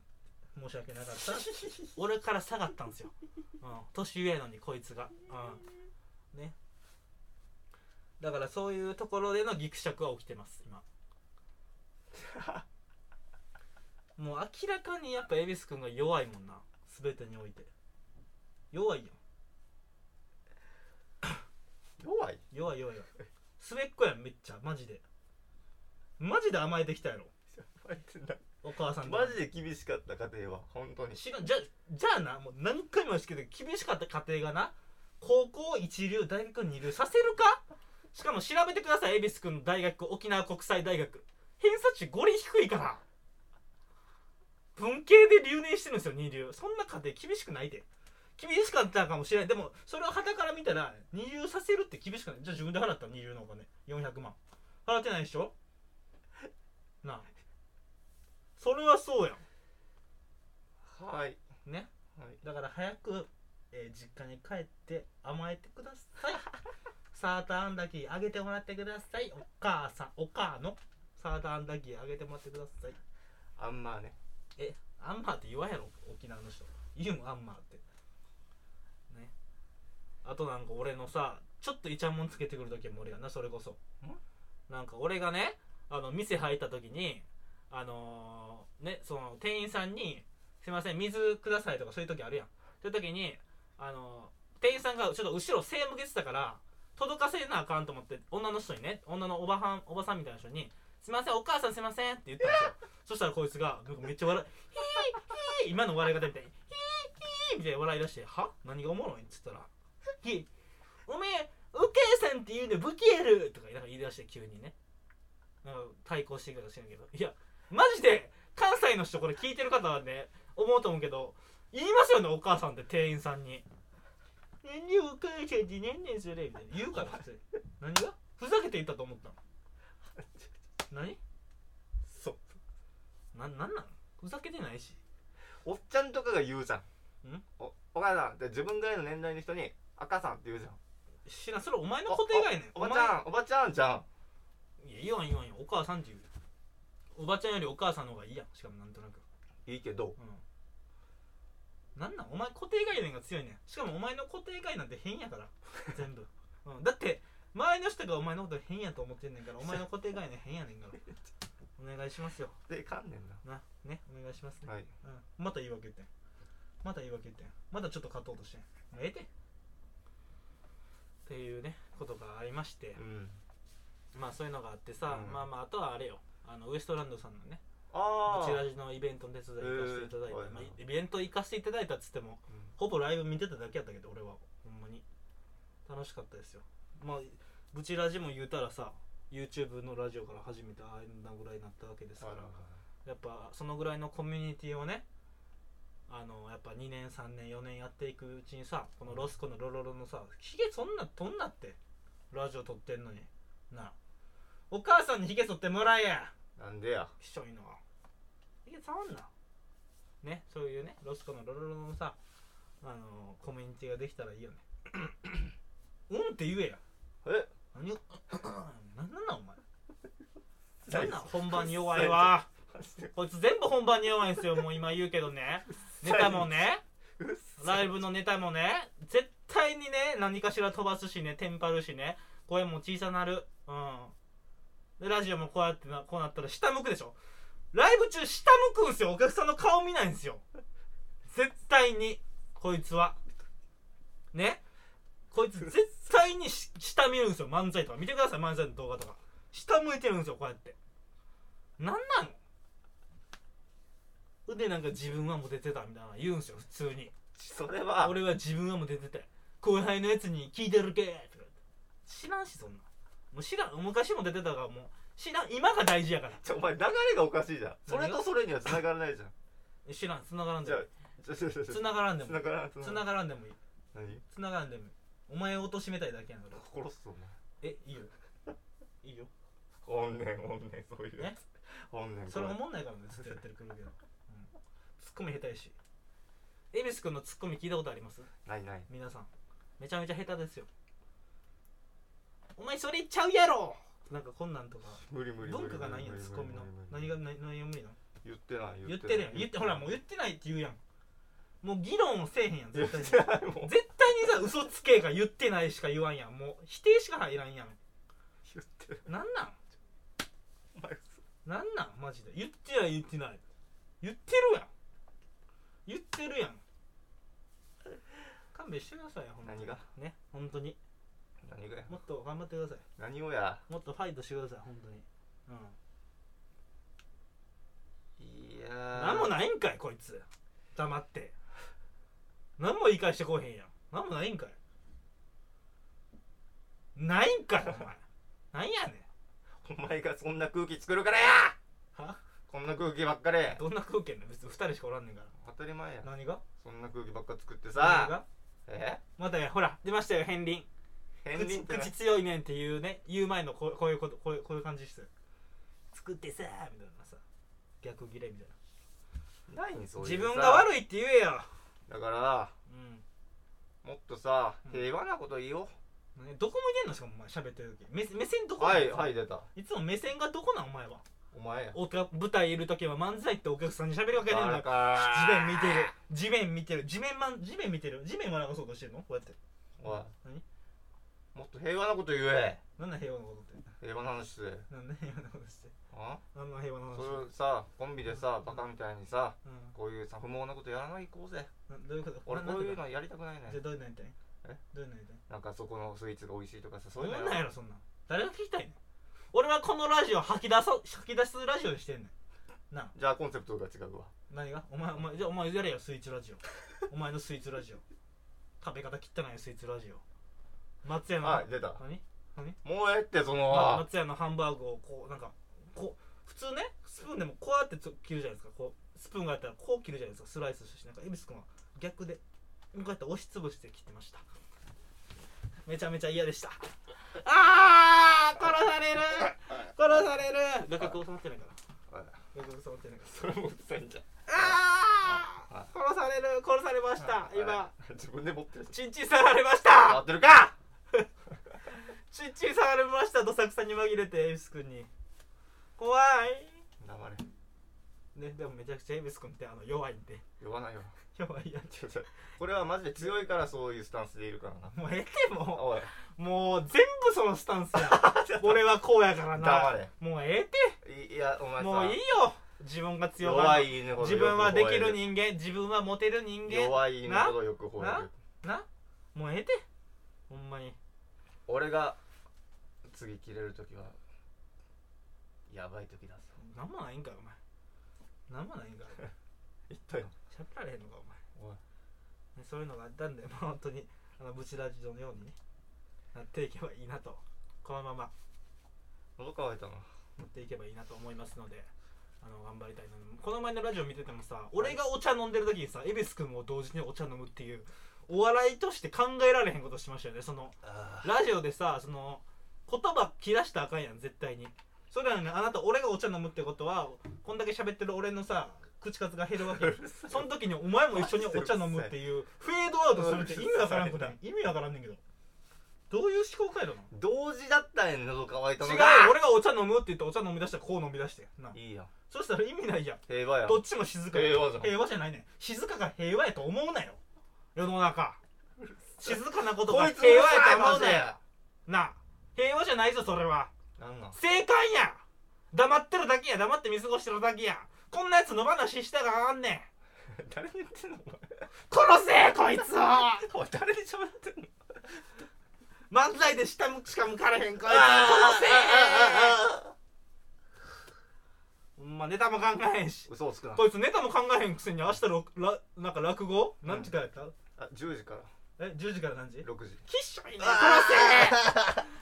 Speaker 1: 申し訳なかった俺から下がったんですよ、うん、年上やのにこいつが、うん、ねだからそういうところでのギクシャクは起きてます
Speaker 2: [LAUGHS]
Speaker 1: 今もう明らかにやっぱ恵比寿君が弱いもんな全てにおいて弱いよ
Speaker 2: 弱い
Speaker 1: 弱い弱い弱い末っ子やんめっちゃマジでマジで甘えてきたやろ
Speaker 2: 甘えてない
Speaker 1: お母さんとか
Speaker 2: マジで厳しかった家庭は本当に
Speaker 1: 知らんじゃじゃあなもう何回も言うけど厳しかった家庭がな高校一流大学二流させるかしかも調べてください恵比寿君の大学沖縄国際大学偏差値5厘低いから文系で留年してるんですよ二流そんな家庭厳しくないで厳しかったかもしれないでもそれを傍から見たら二流させるって厳しくないじゃあ自分で払ったの二流のお金400万払ってないでしょなあそれはそうやん
Speaker 2: はい
Speaker 1: ね
Speaker 2: はい
Speaker 1: だから早く、えー実家に帰って甘えてくださいサーターアンダギーあげてもらってくださいお母さんお母のサーターアンダギーあげてもらってください
Speaker 2: あんまあね
Speaker 1: えアンマーって言わんやろ沖縄の人言うんアンマーってねあとなんか俺のさちょっとイチャモンつけてくる時も俺やなそれこそなんか俺がねあの店入った時にあのーねその店員さんに「すいません水ください」とかそういう時あるやんそういう時にあのー店員さんがちょっと後ろ背向けてたから届かせなあかんと思って女の人にね女のおばはんおばさんみたいな人に「すいませんお母さんすいません」って言ったんですよそしたらこいつがなんかめっちゃ笑い「ヒーヒー」今の笑い方みたいに「ヒーヒー」みたいな笑い出して「は何がおもろい?」っつったら「ヒーおめえお母さんって言うの武器やる!」とかなんか言い出して急にねなんか対抗してきたらしいんだけどいやマジで関西の人これ聞いてる方はね思うと思うけど言いますよねお母さんって店員さんに「何でお母さんって何年それ」みたいな言うから普通に何がふざけて言ったと思ったの何
Speaker 2: そう
Speaker 1: ななんなんふざけてないし
Speaker 2: おっちゃんとかが言うじゃん
Speaker 1: ん
Speaker 2: おお母さんって自分ぐらいの年代の人に赤さんって言うじゃん
Speaker 1: 知らんそれお前のこと以外ねん
Speaker 2: おば
Speaker 1: 前
Speaker 2: ちゃんおばちゃんじゃん
Speaker 1: いや言わん言わんよお母さんって言うよおばちゃんよりお母さんの方がいいやんしかもなんとなく
Speaker 2: いいけど
Speaker 1: うんなんなんお前固定概念が強いねんしかもお前の固定概念なんて変やから
Speaker 2: [LAUGHS]
Speaker 1: 全部、うん、だって周りの人がお前のこと変やと思ってんねんからお前の固定概念変やねんからお願いしますよ
Speaker 2: でいかんねんな
Speaker 1: なねお願いしますね、
Speaker 2: はい
Speaker 1: うん、また言い訳言ってんまた言い訳言ってんまだちょっと勝とうとしてんもうええてっていうねことがありまして
Speaker 2: うん
Speaker 1: まあそういうのがあってさ、
Speaker 2: うん
Speaker 1: まあまああとはあれよあのウエストランドさんのねブ
Speaker 2: ああ
Speaker 1: チラジのイベントの手伝い行かせていただいて、
Speaker 2: えーはいはい
Speaker 1: まあ、イベント行かせていただいたっつっても
Speaker 2: うん
Speaker 1: ほぼライブ見てただけやったけど俺はほんまに楽しかったですよまあブチラジも言うたらさ YouTube のラジオから始めてあんなぐらいになったわけですからやっぱそのぐらいのコミュニティをねあのやっぱ2年3年4年やっていくうちにさこのロスコのロロロのさヒゲそんなとんなってラジオ撮ってんのになあお母さんにヒゲ剃ってもらえや
Speaker 2: なんでや
Speaker 1: きしょいのはヒゲ触んなねそういうねロスコのロロロのさあのコミュニティができたら [COUGHS] いいよねうんって言えや
Speaker 2: え
Speaker 1: 何を [COUGHS] 何なんなんお前
Speaker 2: さい
Speaker 1: 何なん本番に弱い [LAUGHS] わ
Speaker 2: マジで
Speaker 1: こいつ全部本番に弱いんですよ、もう今言うけどね。ネタもね、
Speaker 2: うっ
Speaker 1: ライブのネタもね、絶対にね、何かしら飛ばすしね、テンパるしね、声も小さなる。うん。で、ラジオもこうやってな、こうなったら下向くでしょ。ライブ中下向くんすよ、お客さんの顔見ないんですよ。絶対に、こいつは。ねこいつ絶対にし下見るんですよ、漫才とか。見てください、漫才の動画とか。下向いてるんですよ、こうやって。なんなのでなんか自分はもう出てたみたいなの言うんすよ普通に
Speaker 2: それは
Speaker 1: 俺は自分はもう出てて後輩のやつに聞いてるけとか言って知らんしそんなんもう知らん昔も出てたからもう知らん今が大事やから
Speaker 2: ちょお前流れがおかしいじゃんそ
Speaker 1: 何が
Speaker 2: れとそれには繋がらないじゃん
Speaker 1: え知らん繋がらんで
Speaker 2: じゃ
Speaker 1: も
Speaker 2: あ
Speaker 1: いい
Speaker 2: ちょちょちょちょ
Speaker 1: 繋がらんでもい
Speaker 2: 繋
Speaker 1: い
Speaker 2: がらん
Speaker 1: 繋がらんでもいい
Speaker 2: 何
Speaker 1: 繋がらんでもいいお前を貶としめたいだけやから
Speaker 2: 殺すぞ
Speaker 1: えいいよいいよ
Speaker 2: お前怨念怨念そういうや
Speaker 1: ね
Speaker 2: つ怨念
Speaker 1: それ
Speaker 2: こ
Speaker 1: 思んないからねずっとやってるくるけど、うん、ツッコミ下手やし恵比寿君のツッコミ聞いたことあります
Speaker 2: ないない
Speaker 1: 皆さんめちゃめちゃ下手ですよお前それ言っちゃうやろなんかこんなんとか
Speaker 2: 無理無理無
Speaker 1: 文
Speaker 2: 理
Speaker 1: 化がないやん
Speaker 2: 無理
Speaker 1: ツッ
Speaker 2: 無
Speaker 1: コ
Speaker 2: 理
Speaker 1: ミの
Speaker 2: 無理無理無
Speaker 1: 何
Speaker 2: 理
Speaker 1: が何何が無理なの
Speaker 2: 言ってない
Speaker 1: 言ってるやん言ってほらもう言ってないって言うやんもう議論をせえへんやん
Speaker 2: 言
Speaker 1: 絶
Speaker 2: って
Speaker 1: 対に絶
Speaker 2: ないもう
Speaker 1: 対にさ嘘つけが言ってないしか言わんやんもう否定しか入らんやん
Speaker 2: 言ってる
Speaker 1: なんなん
Speaker 2: お前
Speaker 1: なんなんマジで言ってない言ってない言ってるやん言ってるやん勘弁してくださいよほんとに
Speaker 2: 何が
Speaker 1: ね本当に
Speaker 2: 何がや
Speaker 1: もっと頑張ってください
Speaker 2: 何をや
Speaker 1: もっとファイトしてください本当にうん
Speaker 2: いやー
Speaker 1: 何もないんかいこいつ黙って何も言い返してこうへんやん何もないんかいないんかいお前なんやね
Speaker 2: お前がそんな空気作るからや
Speaker 1: んは
Speaker 2: こんな空気ばっかり
Speaker 1: どんな空気やねん別に2人しかおらんねんか
Speaker 2: 当たり前や
Speaker 1: ら何が
Speaker 2: そんな空気ばっか作って
Speaker 1: 何
Speaker 2: さ
Speaker 1: が
Speaker 2: え
Speaker 1: またやほら出ましたよ片鱗
Speaker 2: 片鱗
Speaker 1: 口
Speaker 2: ってな
Speaker 1: 口強いねんっていうね言う前のこうこういうことこういうこういう感じですよ作ってさーみたいなさ逆ギレみたいな
Speaker 2: ないんそういう
Speaker 1: 自分が悪い
Speaker 2: い
Speaker 1: って言えよ、
Speaker 2: だから
Speaker 1: う
Speaker 2: もっとさ
Speaker 1: うん
Speaker 2: 平和なこと言お
Speaker 1: んね、どこ向いてんのしかもお前喋ってる時目目線ど
Speaker 2: う
Speaker 1: こ
Speaker 2: はいはいい出た
Speaker 1: いつも目線がどこなんお前は
Speaker 2: お前や
Speaker 1: おか舞台いる時は漫才ってお客さんに喋りかけてんだよ地面見てる地面見てる地面まん地面見てる地面笑かそうとしてるのこうやって
Speaker 2: おい
Speaker 1: 何
Speaker 2: もっと平和なこと言え
Speaker 1: なんなん平和なことって
Speaker 2: 平和な話して
Speaker 1: なんで平和なことして
Speaker 2: あ
Speaker 1: なんなん平和な話
Speaker 2: それをさコンビでさバカみたいにさ
Speaker 1: うん
Speaker 2: こういうさ不毛なことやらないこうぜ
Speaker 1: などういうこと
Speaker 2: 俺
Speaker 1: な
Speaker 2: こういう
Speaker 1: なんて
Speaker 2: のやりたくないね
Speaker 1: じゃあどういうのやりたい
Speaker 2: え
Speaker 1: どういうのやりたい
Speaker 2: なんかそこのスイーツが美味しいとかさ
Speaker 1: そ
Speaker 2: そうんいう
Speaker 1: な
Speaker 2: の
Speaker 1: んやろそんなん誰が聞きたいねん俺はこのラジオ吐き出そう吐き出すラジオにしてんねんなあ
Speaker 2: じゃあコンセプトが違うわ
Speaker 1: 何がお前お前じゃあお前やれよスイーツラジオお前のスイーツラジオ食べ方汚いよスイーツラジオ松屋の、
Speaker 2: はい出た
Speaker 1: 何
Speaker 2: もうええってその
Speaker 1: ま松屋のハンバーグをこうなんかこう普通ねスプーンでもこうやってつ切るじゃないですかこうスプーンがあったらこう切るじゃないですかスライスしてなんか恵比寿君は逆でこうやって押しつぶして切ってましためちゃめちゃ嫌でしたあー殺される殺される画角収まってないから
Speaker 2: はい
Speaker 1: 画角収まってないか
Speaker 2: それもうるさいんじゃん
Speaker 1: らあー殺される殺されました今
Speaker 2: はい自分で持ってる
Speaker 1: チンチン触られまし
Speaker 2: 回
Speaker 1: た
Speaker 2: ってるか
Speaker 1: チンチン触られましたどさくさに紛れて恵比寿君に怖い
Speaker 2: 黙れ
Speaker 1: ね、でもめちゃくちゃエビス君ってあの弱いんで
Speaker 2: 呼ばないよ
Speaker 1: 弱いや
Speaker 2: ちょっとこれはマジで強いからそういうスタンスでいるからな
Speaker 1: もうええても
Speaker 2: おいう
Speaker 1: もう全部そのスタンスや
Speaker 2: [LAUGHS]
Speaker 1: 俺はこうやから
Speaker 2: 黙
Speaker 1: な
Speaker 2: れ
Speaker 1: もうえ
Speaker 2: いいやお
Speaker 1: え
Speaker 2: 前
Speaker 1: て
Speaker 2: さ
Speaker 1: もういいよ自分が強が
Speaker 2: 弱
Speaker 1: る
Speaker 2: い犬ほど
Speaker 1: 自分はできる
Speaker 2: 人
Speaker 1: 人間自分はモテる人間
Speaker 2: 弱い犬ほどよく吠え
Speaker 1: な
Speaker 2: る
Speaker 1: なもうええてほんまに
Speaker 2: 俺が次切れる時はやばい時だぞ
Speaker 1: なんもないんかよお前なんもないんかよ
Speaker 2: 言ったよ
Speaker 1: 喋られへんのかお前
Speaker 2: おい
Speaker 1: ねそういうのがあったんで、まあ、本当にあのブチラジオのようにねなっていけばいいなとこのまま
Speaker 2: 喉乾いたな
Speaker 1: 持っていけばいいなと思いますのであの頑張りたいなこの前のラジオ見ててもさ俺がお茶飲んでる時にさ恵比寿君も同時にお茶飲むっていうお笑いとして考えられへんことしましたよねその
Speaker 2: あ
Speaker 1: ラジオでさその言葉切らしたらあかんやん絶対にそれなのにあなた俺がお茶飲むってことはこんだけ喋ってる俺のさ口数が減るわけよその時にお前も一緒にお茶飲むっていうフェードアウトするって意味わからんくない意味わからんねんけどどういう思考回路なの
Speaker 2: 同時だったんやん喉乾いたの
Speaker 1: 違うよ
Speaker 2: が
Speaker 1: 俺がお茶飲むって言ってお茶飲み出したらこう飲み出してない
Speaker 2: いやん
Speaker 1: そしたら意味ないじゃん
Speaker 2: 平和やん
Speaker 1: どっちも静かや
Speaker 2: 平和じゃん
Speaker 1: ゃないねん静かが平和やと思うなよ世の中静かなこと
Speaker 2: こ
Speaker 1: が
Speaker 2: いつ
Speaker 1: 平
Speaker 2: 平
Speaker 1: 和や
Speaker 2: 和や
Speaker 1: と
Speaker 2: と
Speaker 1: 思
Speaker 2: 思
Speaker 1: う
Speaker 2: う
Speaker 1: な
Speaker 2: ぜ
Speaker 1: よなあ平和じゃないぞそれは
Speaker 2: なんなん
Speaker 1: 正解や黙ってるだけや黙って見過ごしてるだけやこんなやつ野放ししたらあかんねん
Speaker 2: [LAUGHS] 誰に言ってんのお前
Speaker 1: 殺せこいつを
Speaker 2: おい誰に喋ってんの
Speaker 1: [LAUGHS] 漫才で下向くしか向かれへんこいつ殺せ
Speaker 2: あ
Speaker 1: ほんまネタも考えへんし
Speaker 2: 嘘をつくな
Speaker 1: こいつネタも考えへんくせに明日ろらなんか落語何時からやった、
Speaker 2: あ10時から
Speaker 1: え10時から何時
Speaker 2: 6
Speaker 1: き
Speaker 2: 時
Speaker 1: っしょいね殺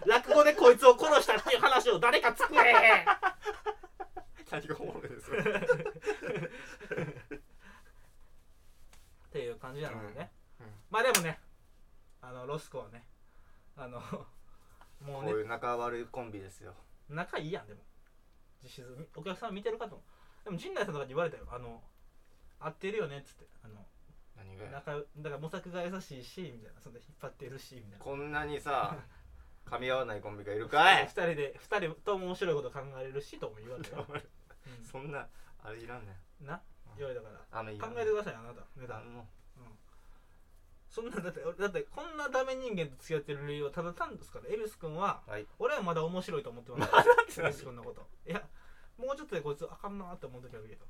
Speaker 1: せ [LAUGHS] 落語でこいつを殺したっていう話を誰か作れ
Speaker 2: 何がおもろいです
Speaker 1: っていう感じなのでね、
Speaker 2: うんうん
Speaker 1: まあでもねあのロスコはねあの [LAUGHS] も
Speaker 2: こ
Speaker 1: う
Speaker 2: う
Speaker 1: ね
Speaker 2: いう仲悪いコンビですよ
Speaker 1: 仲いいやんでも実質お客さん見てるかと思うでも陣内さんとかに言われたよあの合ってるよねっつってあの
Speaker 2: 何がや
Speaker 1: 仲よだから模索が優しいしみたいなそんで引っ張ってるしみたいな
Speaker 2: こんなにさ [LAUGHS] 噛み合わないコンビがいるか [LAUGHS]
Speaker 1: 二
Speaker 2: い
Speaker 1: 人で二人とも面白いこと考えれるしとも言われたよ、う
Speaker 2: そんなあれいらんねん
Speaker 1: ん、なよいだから
Speaker 2: 雨いら
Speaker 1: 考
Speaker 2: ん
Speaker 1: えてくださいあなた値段
Speaker 2: 何の
Speaker 1: そんなだって俺だってこんなダメ人間と付き合ってる理由はただ単ですから恵比寿君は
Speaker 2: はい
Speaker 1: 俺はまだ面白いと思ってます
Speaker 2: て
Speaker 1: 恵比寿君のこといやもうちょっとでこいつあかんなって思う時あるけど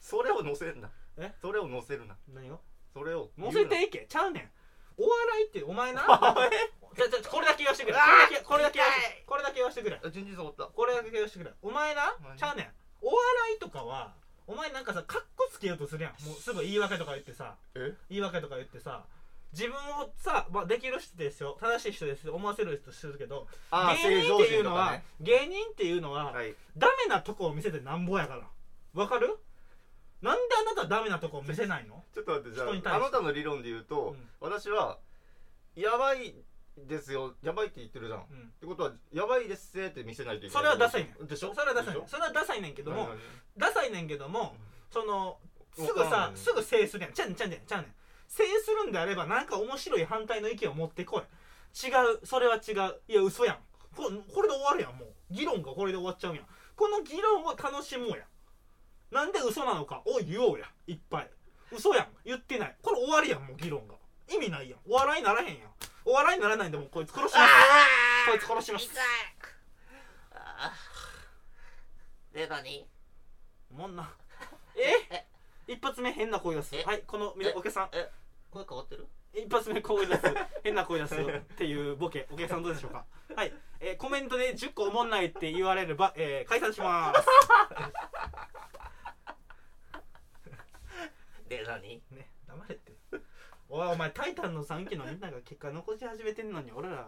Speaker 2: それを載せんな
Speaker 1: え
Speaker 2: それを載せるな
Speaker 1: 何を
Speaker 2: それを言
Speaker 1: 乗
Speaker 2: うな
Speaker 1: せていけちゃうねんお笑いってお前なちょちょちょこれだけ言わしてくれ
Speaker 2: うわー
Speaker 1: これだけ
Speaker 2: 痛い
Speaker 1: これだけ言わしてくれ
Speaker 2: あ順次触った
Speaker 1: これだけ言わしてくれお前な
Speaker 2: 何
Speaker 1: ちゃうねんお笑いとかはお前なんかさカッコつけようとするやんもうすぐ言い訳とか言ってさ
Speaker 2: え
Speaker 1: 言い訳とか言ってさ自分をさ、まあ、できる人ですよ正しい人ですよ思わせる人するけど
Speaker 2: あ
Speaker 1: 芸
Speaker 2: 正
Speaker 1: 人ってい
Speaker 2: 常心
Speaker 1: う
Speaker 2: と
Speaker 1: の
Speaker 2: か
Speaker 1: は、
Speaker 2: ね
Speaker 1: 芸人っていうのは、
Speaker 2: はい
Speaker 1: ダメなとこを見せてなんぼやからわかるなんであなたはダメなとこを見せないの
Speaker 2: ちょっと待ってじゃ
Speaker 1: 人に対
Speaker 2: あ
Speaker 1: し
Speaker 2: あ
Speaker 1: て
Speaker 2: なたの理論で言うと
Speaker 1: うん
Speaker 2: 私はやばいですよやばいって言ってるじゃんっ
Speaker 1: うん
Speaker 2: てことはやばいですって見せないといけな
Speaker 1: そ
Speaker 2: い
Speaker 1: れはダサいね
Speaker 2: でしょ
Speaker 1: それはダサいね
Speaker 2: でしょ
Speaker 1: それはダサいねんけども
Speaker 2: 何々
Speaker 1: ダサいねんけどもそのすぐさすぐ制するやんちゃうねんちゃうねんちゃうねん制するんであればなんか面白い反対の意見を持ってこい違うそれは違ういや嘘やんここれで終わるやんもう議論がこれで終わっちゃうやんこの議論を楽しもうやなんで嘘なのかを言おうやいっぱい嘘やん言ってないこれ終わりやんもう議論が意味ないやんお笑いにならへんやんお笑いにならないんでもうこいつ殺しますこいつ殺します
Speaker 3: 痛いあーレバニ
Speaker 1: もんなえ
Speaker 3: え
Speaker 1: 一発目変な声出す
Speaker 3: え
Speaker 1: はいこのみお客さん
Speaker 3: 声変わってる
Speaker 1: 一発目声出す変な声出すよっていうボケお客さんどうでしょうかはい、えーコメントで10個おもんないって言われれば、えー解散します
Speaker 3: レバニ
Speaker 1: [LAUGHS] ね黙れっておいお前タイタンの3期のみんなが結果残し始めてんのに俺ら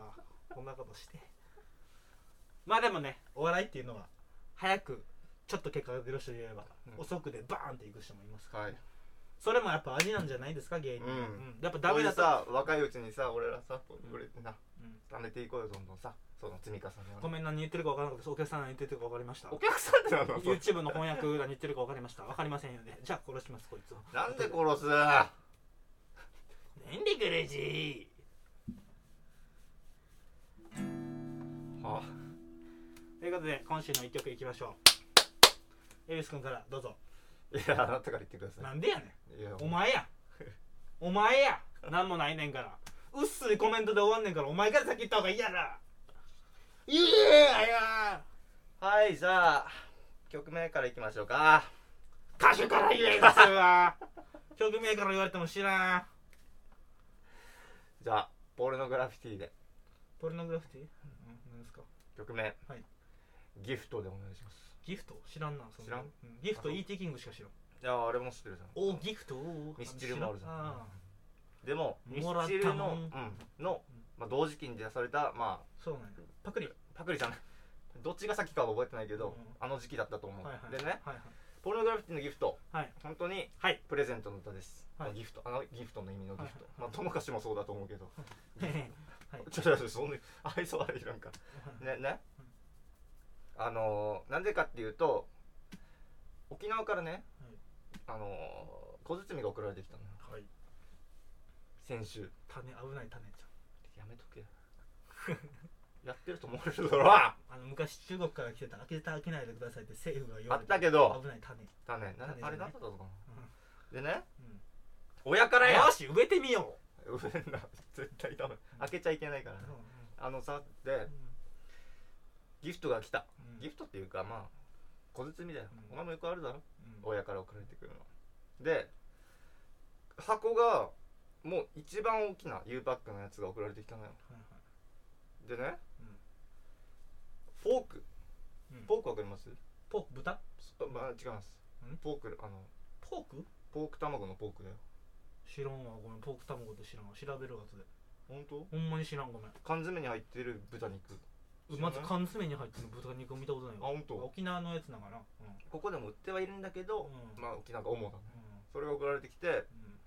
Speaker 1: こんなことしてまあでもねお笑いっていうのは早くちょっと結果が出る人いれば、
Speaker 2: うん
Speaker 1: 遅くでバーンっていく人もいますから、
Speaker 2: はい
Speaker 1: それもやっぱ味なんじゃないですか芸人、
Speaker 2: うん
Speaker 1: うんやっぱダ
Speaker 2: ダ
Speaker 1: メ
Speaker 2: メ
Speaker 1: だ
Speaker 2: だ
Speaker 1: と、
Speaker 2: さ若いうちにさ俺らさ売れてな
Speaker 1: うん
Speaker 2: 貯めていこうよどんどんさその積み重ねを
Speaker 1: ご
Speaker 2: ね
Speaker 1: めん何言ってるか分からなくてお客さん何言ってるか分かりました
Speaker 2: お客さんってなんだそれ
Speaker 1: YouTube の翻訳何言ってるか分かりました分かりませんよねじゃあ殺しますこいつを
Speaker 2: なんで殺すは
Speaker 1: なんでくれじ
Speaker 2: あ
Speaker 1: ということで今週の1曲いきましょうエビス君からどうぞ
Speaker 2: いやあなたから言ってくださ
Speaker 1: なんでやねん
Speaker 2: いいや
Speaker 1: お前やお前やなんもないねんからうっすいコメントで終わんねんからお前から先言った方がいいやら
Speaker 2: いやいやはいじゃあ曲名からいきましょうか
Speaker 1: 歌手から言えです
Speaker 2: [LAUGHS]
Speaker 1: わ曲名から言われても知らん
Speaker 2: じゃあポルノグラフィティで
Speaker 1: ポルノグラフィティ、うん、何ですか
Speaker 2: 曲名、
Speaker 1: はい
Speaker 2: ギフトでお願いします
Speaker 1: ギフト知らんなその
Speaker 2: 知らん
Speaker 1: うギフト
Speaker 2: あそう
Speaker 1: ET キングしか知らん
Speaker 2: いやあれも知ってるじゃん
Speaker 1: おギフト
Speaker 2: ミスチルもあるじゃん
Speaker 1: あ
Speaker 2: でもミ
Speaker 1: もらっ
Speaker 2: スチ
Speaker 1: た
Speaker 2: ル
Speaker 1: もん
Speaker 2: の,、うん、の、まあ、同時期に出されたまあ
Speaker 1: ーそうなんやパクリ
Speaker 2: パクリじゃないどっちが先かは覚えてないけど、
Speaker 1: うん
Speaker 2: あの時期だったと思う、
Speaker 1: はいはい
Speaker 2: でね
Speaker 1: はいはい
Speaker 2: ポルノグラフィティのギフト
Speaker 1: はい
Speaker 2: 本当に
Speaker 1: はい
Speaker 2: プレゼントの歌です、
Speaker 1: はい
Speaker 2: ギフトあのギフトの意味のギ
Speaker 1: は
Speaker 2: フト、
Speaker 1: いはい
Speaker 2: まあ友かしもそうだと思うけど、 [LAUGHS]
Speaker 1: はい [LAUGHS]
Speaker 2: ちょちょちょそんな愛想悪いなんかねね、あのー、なんでかっていうと沖縄からね、あのー、小包が送られてきたのよ
Speaker 1: はい
Speaker 2: 先週
Speaker 1: 種危ない種ち
Speaker 2: やめとけ
Speaker 1: [LAUGHS]
Speaker 2: やってると思われるだろあ
Speaker 1: ゃんあの昔中国から来てた開けた開けないでくださいって政府が言わ
Speaker 2: っ
Speaker 1: れて
Speaker 2: たけど
Speaker 1: 危ない種
Speaker 2: だ
Speaker 1: 種
Speaker 2: ねな
Speaker 1: じゃない
Speaker 2: あれ何だったのかなでね
Speaker 1: うん
Speaker 2: 親からや
Speaker 1: よし植えてみよ
Speaker 2: うえんな絶対ダメ開けちゃいけないから
Speaker 1: う
Speaker 2: ねあのさでギフトが来たギフトっていうかまあ小包だよ、
Speaker 1: うん
Speaker 2: お前もよくあるだろ親から送られてくるので箱がもう一番大きな U パックのやつが送られてきたのよでね、
Speaker 1: うん
Speaker 2: フォーク
Speaker 1: ポ
Speaker 2: フォークわかります、
Speaker 1: ポーク豚
Speaker 2: そまあ違います
Speaker 1: ん
Speaker 2: ポークあの
Speaker 1: ポーク
Speaker 2: ポーク卵のポークだよ
Speaker 1: 知らんわごめんポーク卵って知らんわ調べるわ後で
Speaker 2: 本当
Speaker 1: ほんまに知らんごめん
Speaker 2: 缶詰に入ってる豚肉知ら
Speaker 1: ま
Speaker 2: ない
Speaker 1: ず缶詰に入ってる豚肉を見たことない
Speaker 2: あ
Speaker 1: わ
Speaker 2: 本当
Speaker 1: 沖縄のやつなのかなうん
Speaker 2: ここでも売ってはいるんだけど、
Speaker 1: うん
Speaker 2: まあ沖縄が主だね
Speaker 1: うん
Speaker 2: それが送られてきて
Speaker 1: うん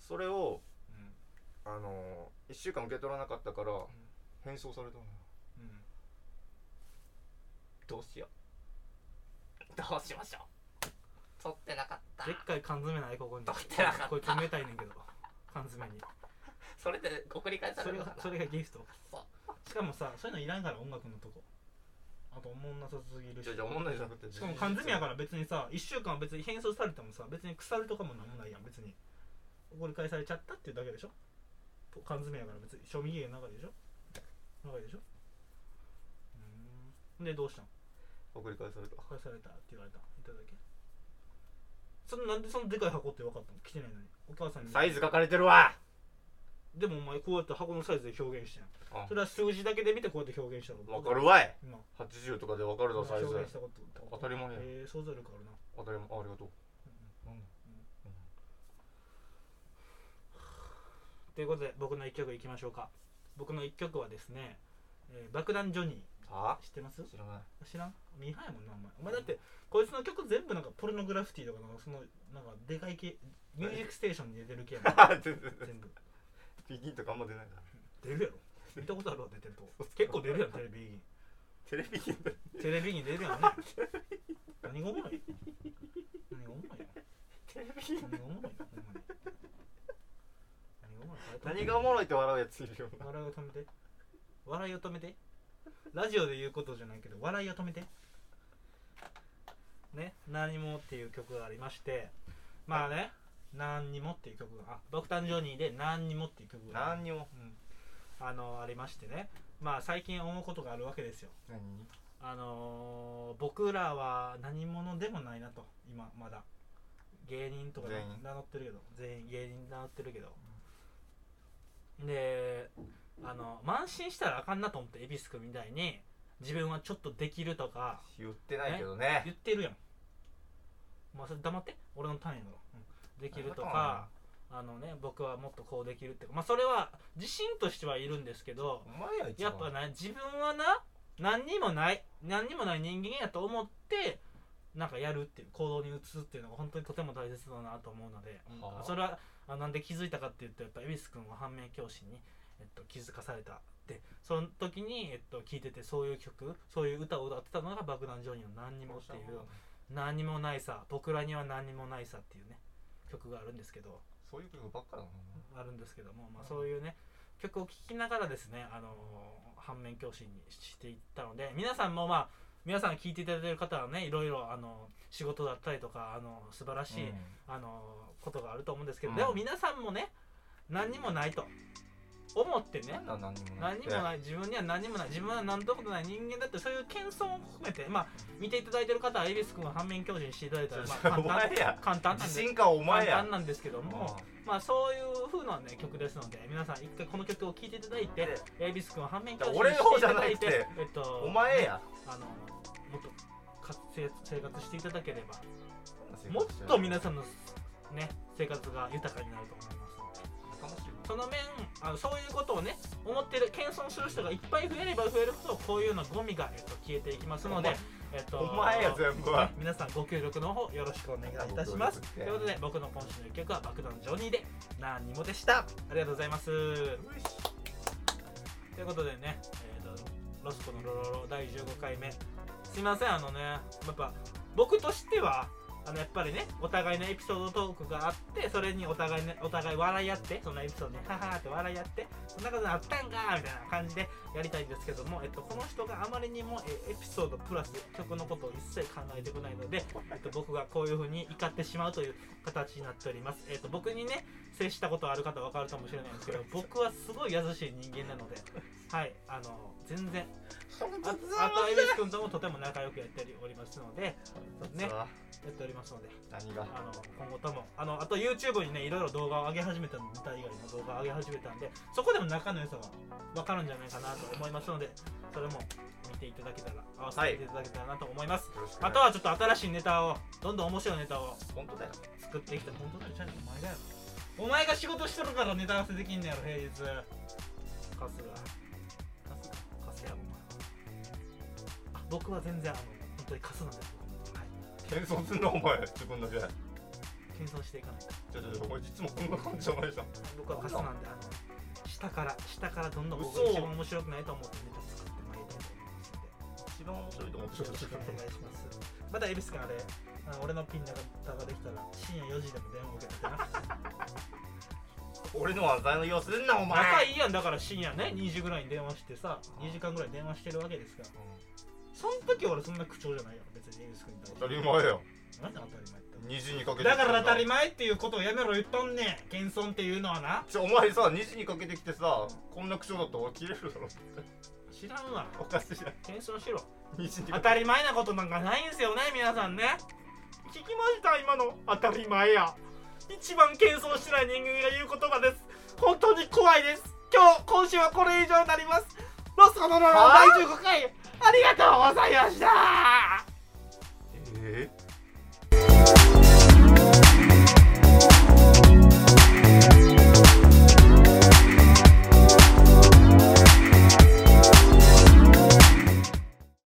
Speaker 2: それを
Speaker 1: うん
Speaker 2: あの1週間受け取らなかったから返送されたのよ
Speaker 1: うん
Speaker 2: どうしよ
Speaker 3: どうしましょう取ってなかった
Speaker 1: でっかい缶詰ないここに
Speaker 3: 取ってなかった
Speaker 1: こいつ埋めたいねんけど缶詰に
Speaker 3: それで送り返さ
Speaker 1: そ
Speaker 3: れ
Speaker 1: れ
Speaker 3: るの
Speaker 2: [LAUGHS]
Speaker 1: が
Speaker 3: か
Speaker 1: それがギフト
Speaker 3: そ
Speaker 1: しかもさそういうのいらんから音楽のとこあとおもんなさすぎ
Speaker 2: う
Speaker 1: るし
Speaker 2: じゃあじゃあおもんないじゃなくて
Speaker 1: しかも缶詰やからら別にさ1週間は別に変装されてもさ別に腐るとかもなんもないやん別に怒り返されちゃったっていうだけでしょぽ缶詰やから別に賞味期限長いでしょ長いでしょうーんでどうしたん
Speaker 2: 送り返された
Speaker 1: 返されたって言われたいただけそのなんでそのでかい箱って分かったの来てないのにお母さんに
Speaker 2: サイズ書かれてるわ
Speaker 1: でもお前こうやって箱のサイズで表現してん
Speaker 2: あ
Speaker 1: それは数字だけで見てこうやって表現したの
Speaker 2: わかるわい
Speaker 1: 今
Speaker 2: 80とかでわかるだ
Speaker 1: 表
Speaker 2: サイズ
Speaker 1: 現したこと
Speaker 2: 当たり前や
Speaker 1: えー、想像力あるな
Speaker 2: 当たり前あありがとうなんだ
Speaker 1: ということで僕の一曲いきましょうか僕の一曲はですね、えー爆弾ジョニ
Speaker 2: あ
Speaker 1: ー知ってます
Speaker 2: 知らない
Speaker 1: 知らんミーハーやもんなお前お前だってこいつの曲全部なんかポルノグラフィティとかなんかそのなんかでかい系ミュージックステーションに出てる系やもん
Speaker 2: 全然
Speaker 1: 全部
Speaker 2: [LAUGHS] ピギンとかあんま出ないな
Speaker 1: 出るやろ見たことあるわ出てると結構出るやんテレビに
Speaker 2: テレビギンだ
Speaker 1: テレビに出るやんね何がおもろい何がおもろい何がおもろいのほんまに
Speaker 2: 何がおもろいって笑うやついるよな
Speaker 1: 笑いを止めて笑いを止めてラジオで言うことじゃないけど笑いを止めてね何もっていう曲がありましてまあね、何にもっていう曲があドクター・ジョニーで何にもっていう曲が
Speaker 2: 何にも
Speaker 1: うん、あのありましてねまあ最近思うことがあるわけですよ
Speaker 2: 何
Speaker 1: あのー僕らは何者でもないなと今まだ芸人とか
Speaker 2: 全員
Speaker 1: 名乗ってるけど全員芸人名乗ってるけど、であの慢心したらあかんなと思って恵比寿君みたいに自分はちょっとできるとか
Speaker 2: 言ってないけどね
Speaker 1: 言ってるやんまあそれ黙って俺の単位だろ、うんできるとかあのね僕はもっとこうできるってまあそれは自信としてはいるんですけど
Speaker 2: お前や一
Speaker 1: や
Speaker 2: 番
Speaker 1: っぱね自分はな何にもない何にもない人間やと思ってなんかやるっていう行動に移すっていうのが本当にとても大切だなと思うので、うん
Speaker 2: はあ
Speaker 1: それはあなんで気づいたかっていうとやっぱ恵比寿君は反面教師に、えっと、気づかされたでその時に、えっと、聞いててそういう曲そういう歌を歌ってたのが爆弾ジョニーの「何にも」っていう「何にもないさ僕らには何にもないさ」っていうね曲があるんですけど
Speaker 2: そういうことばっかだな
Speaker 1: あるんですけども、まあ、
Speaker 2: うん
Speaker 1: そういうね曲を聴きながらですね、あのー反面教師にしていったので皆さんもまあ皆さん聴いていただいてる方はねいろいろ、あの仕事だったりとか、あの素晴らしい、あのことがあると思うんですけど、
Speaker 2: うん
Speaker 1: でも皆さんもね何にもないと思ってね
Speaker 2: 何だ何にも
Speaker 1: 何にも
Speaker 2: い
Speaker 1: ない自分には何にもない自分は何ともない人間だってそういう謙遜を含めてまあ見ていただいてる方は恵比寿君を反面教師にしていただいたら、まあ、簡
Speaker 2: [LAUGHS] お前
Speaker 1: 単
Speaker 2: や
Speaker 1: 簡単なん
Speaker 2: 自
Speaker 1: で
Speaker 2: 信かお前
Speaker 1: 簡
Speaker 2: や
Speaker 1: 単なんですけども、まあそういう風なね曲ですので皆さん一回この曲を聴いていただいて
Speaker 2: で
Speaker 1: 恵比寿君を反面教師に
Speaker 2: 俺
Speaker 1: し
Speaker 2: の方
Speaker 1: てい
Speaker 2: じゃ
Speaker 1: た
Speaker 2: な
Speaker 1: だ
Speaker 2: い
Speaker 1: い
Speaker 2: って
Speaker 1: てえっと
Speaker 2: お前や
Speaker 1: あのもっと活生生活していただければもっと皆さんのね生活が豊かになると思いますので
Speaker 2: 仲間集
Speaker 1: その面あのそういうことをね思ってる謙遜する人がいっぱい増えれば増えるほどこういうのゴミが、えっと、消えていきますのでえっと
Speaker 2: お前や全部は
Speaker 1: ね皆さんご協力の方よろしくお願いいたしますということで僕の今週の一曲は爆弾ジョニーで何にもでしたありがとうございますということでね、えーとロスコのロロロ第15回目すいませんあのねやっぱ僕としてはあのやっぱりねお互いのエピソードトークがあってそれにお互いねお互い笑い合ってそのエピソードにハハって笑い合ってそんなことあったんかーみたいな感じでやりたいんですけども、えっと、この人があまりにもえエピソードプラス曲のことを一切考えてこないので、えっと、僕がこういうふうに怒ってしまうという形になっております、えっと、僕にね接したことある方は分かるかもしれないんですけど僕はすごい優しい人間なのではいあの全然ああとエビス君ともとても仲良くやっておりますのでね
Speaker 2: さあ
Speaker 1: やっておりますので
Speaker 2: 何が
Speaker 1: あの今後ともあのあと YouTube にねいろいろ動画を上げ始めたの舞台以外の動画を上げ始めたんでそこでも仲の良さが分かるんじゃないかなと思いますのでそれも見ていただけたら合わせていただけたらなと思います、あとはちょっと新しいネタをどんどん面白いネタを
Speaker 2: 本当だよ
Speaker 1: 作っていきたい本当だよチャンネルお前だよお前が仕事しとるからネタ合わせできんねやろ平日春日春日春日やお前あ僕は全然あの本当にカスなんです僕もはい
Speaker 2: 謙遜すんなお前自分だけちょ
Speaker 1: 謙遜していかないと
Speaker 2: ちょちょお前実もこんな感じじゃないじゃん
Speaker 1: 僕はカスなんであの下から下からどんどん僕が
Speaker 2: 嘘
Speaker 1: 一番面白くないと思ってネタ作ってまいりたいと思いますので
Speaker 2: 一番面白いと思って
Speaker 1: よろしくお願いしますまた恵比寿からであの俺のピンネタができたら深夜4時でも電話を受けてな
Speaker 2: 俺の技の用すんなお前
Speaker 1: 仲いいやんだから深夜ね2時ぐらいに電話してさ2時間ぐらい電話してるわけですからその時俺そんな口調じゃないよ別にエビス君に対して
Speaker 2: 当たり前よ
Speaker 1: なんで当たり前って
Speaker 2: 2時にかけて
Speaker 1: だから当たり前っていうことをやめろ言っとんねん謙遜っていうのはな
Speaker 2: ちょお前さ2時にかけてきてさこんな口調だったら俺切れるだろ
Speaker 1: 知らんわ
Speaker 2: おかしいな
Speaker 1: 謙遜しろ
Speaker 2: 2時に
Speaker 1: 当
Speaker 2: かけ
Speaker 1: たり前なことなんかないんすよね皆さんね聞きました今の当たり前や一番謙遜してない人間が言う言葉です本当に怖いです今日今週はこれ以上になりますロスコのロロ
Speaker 2: は
Speaker 1: 第15回ありがとうございました
Speaker 2: ええ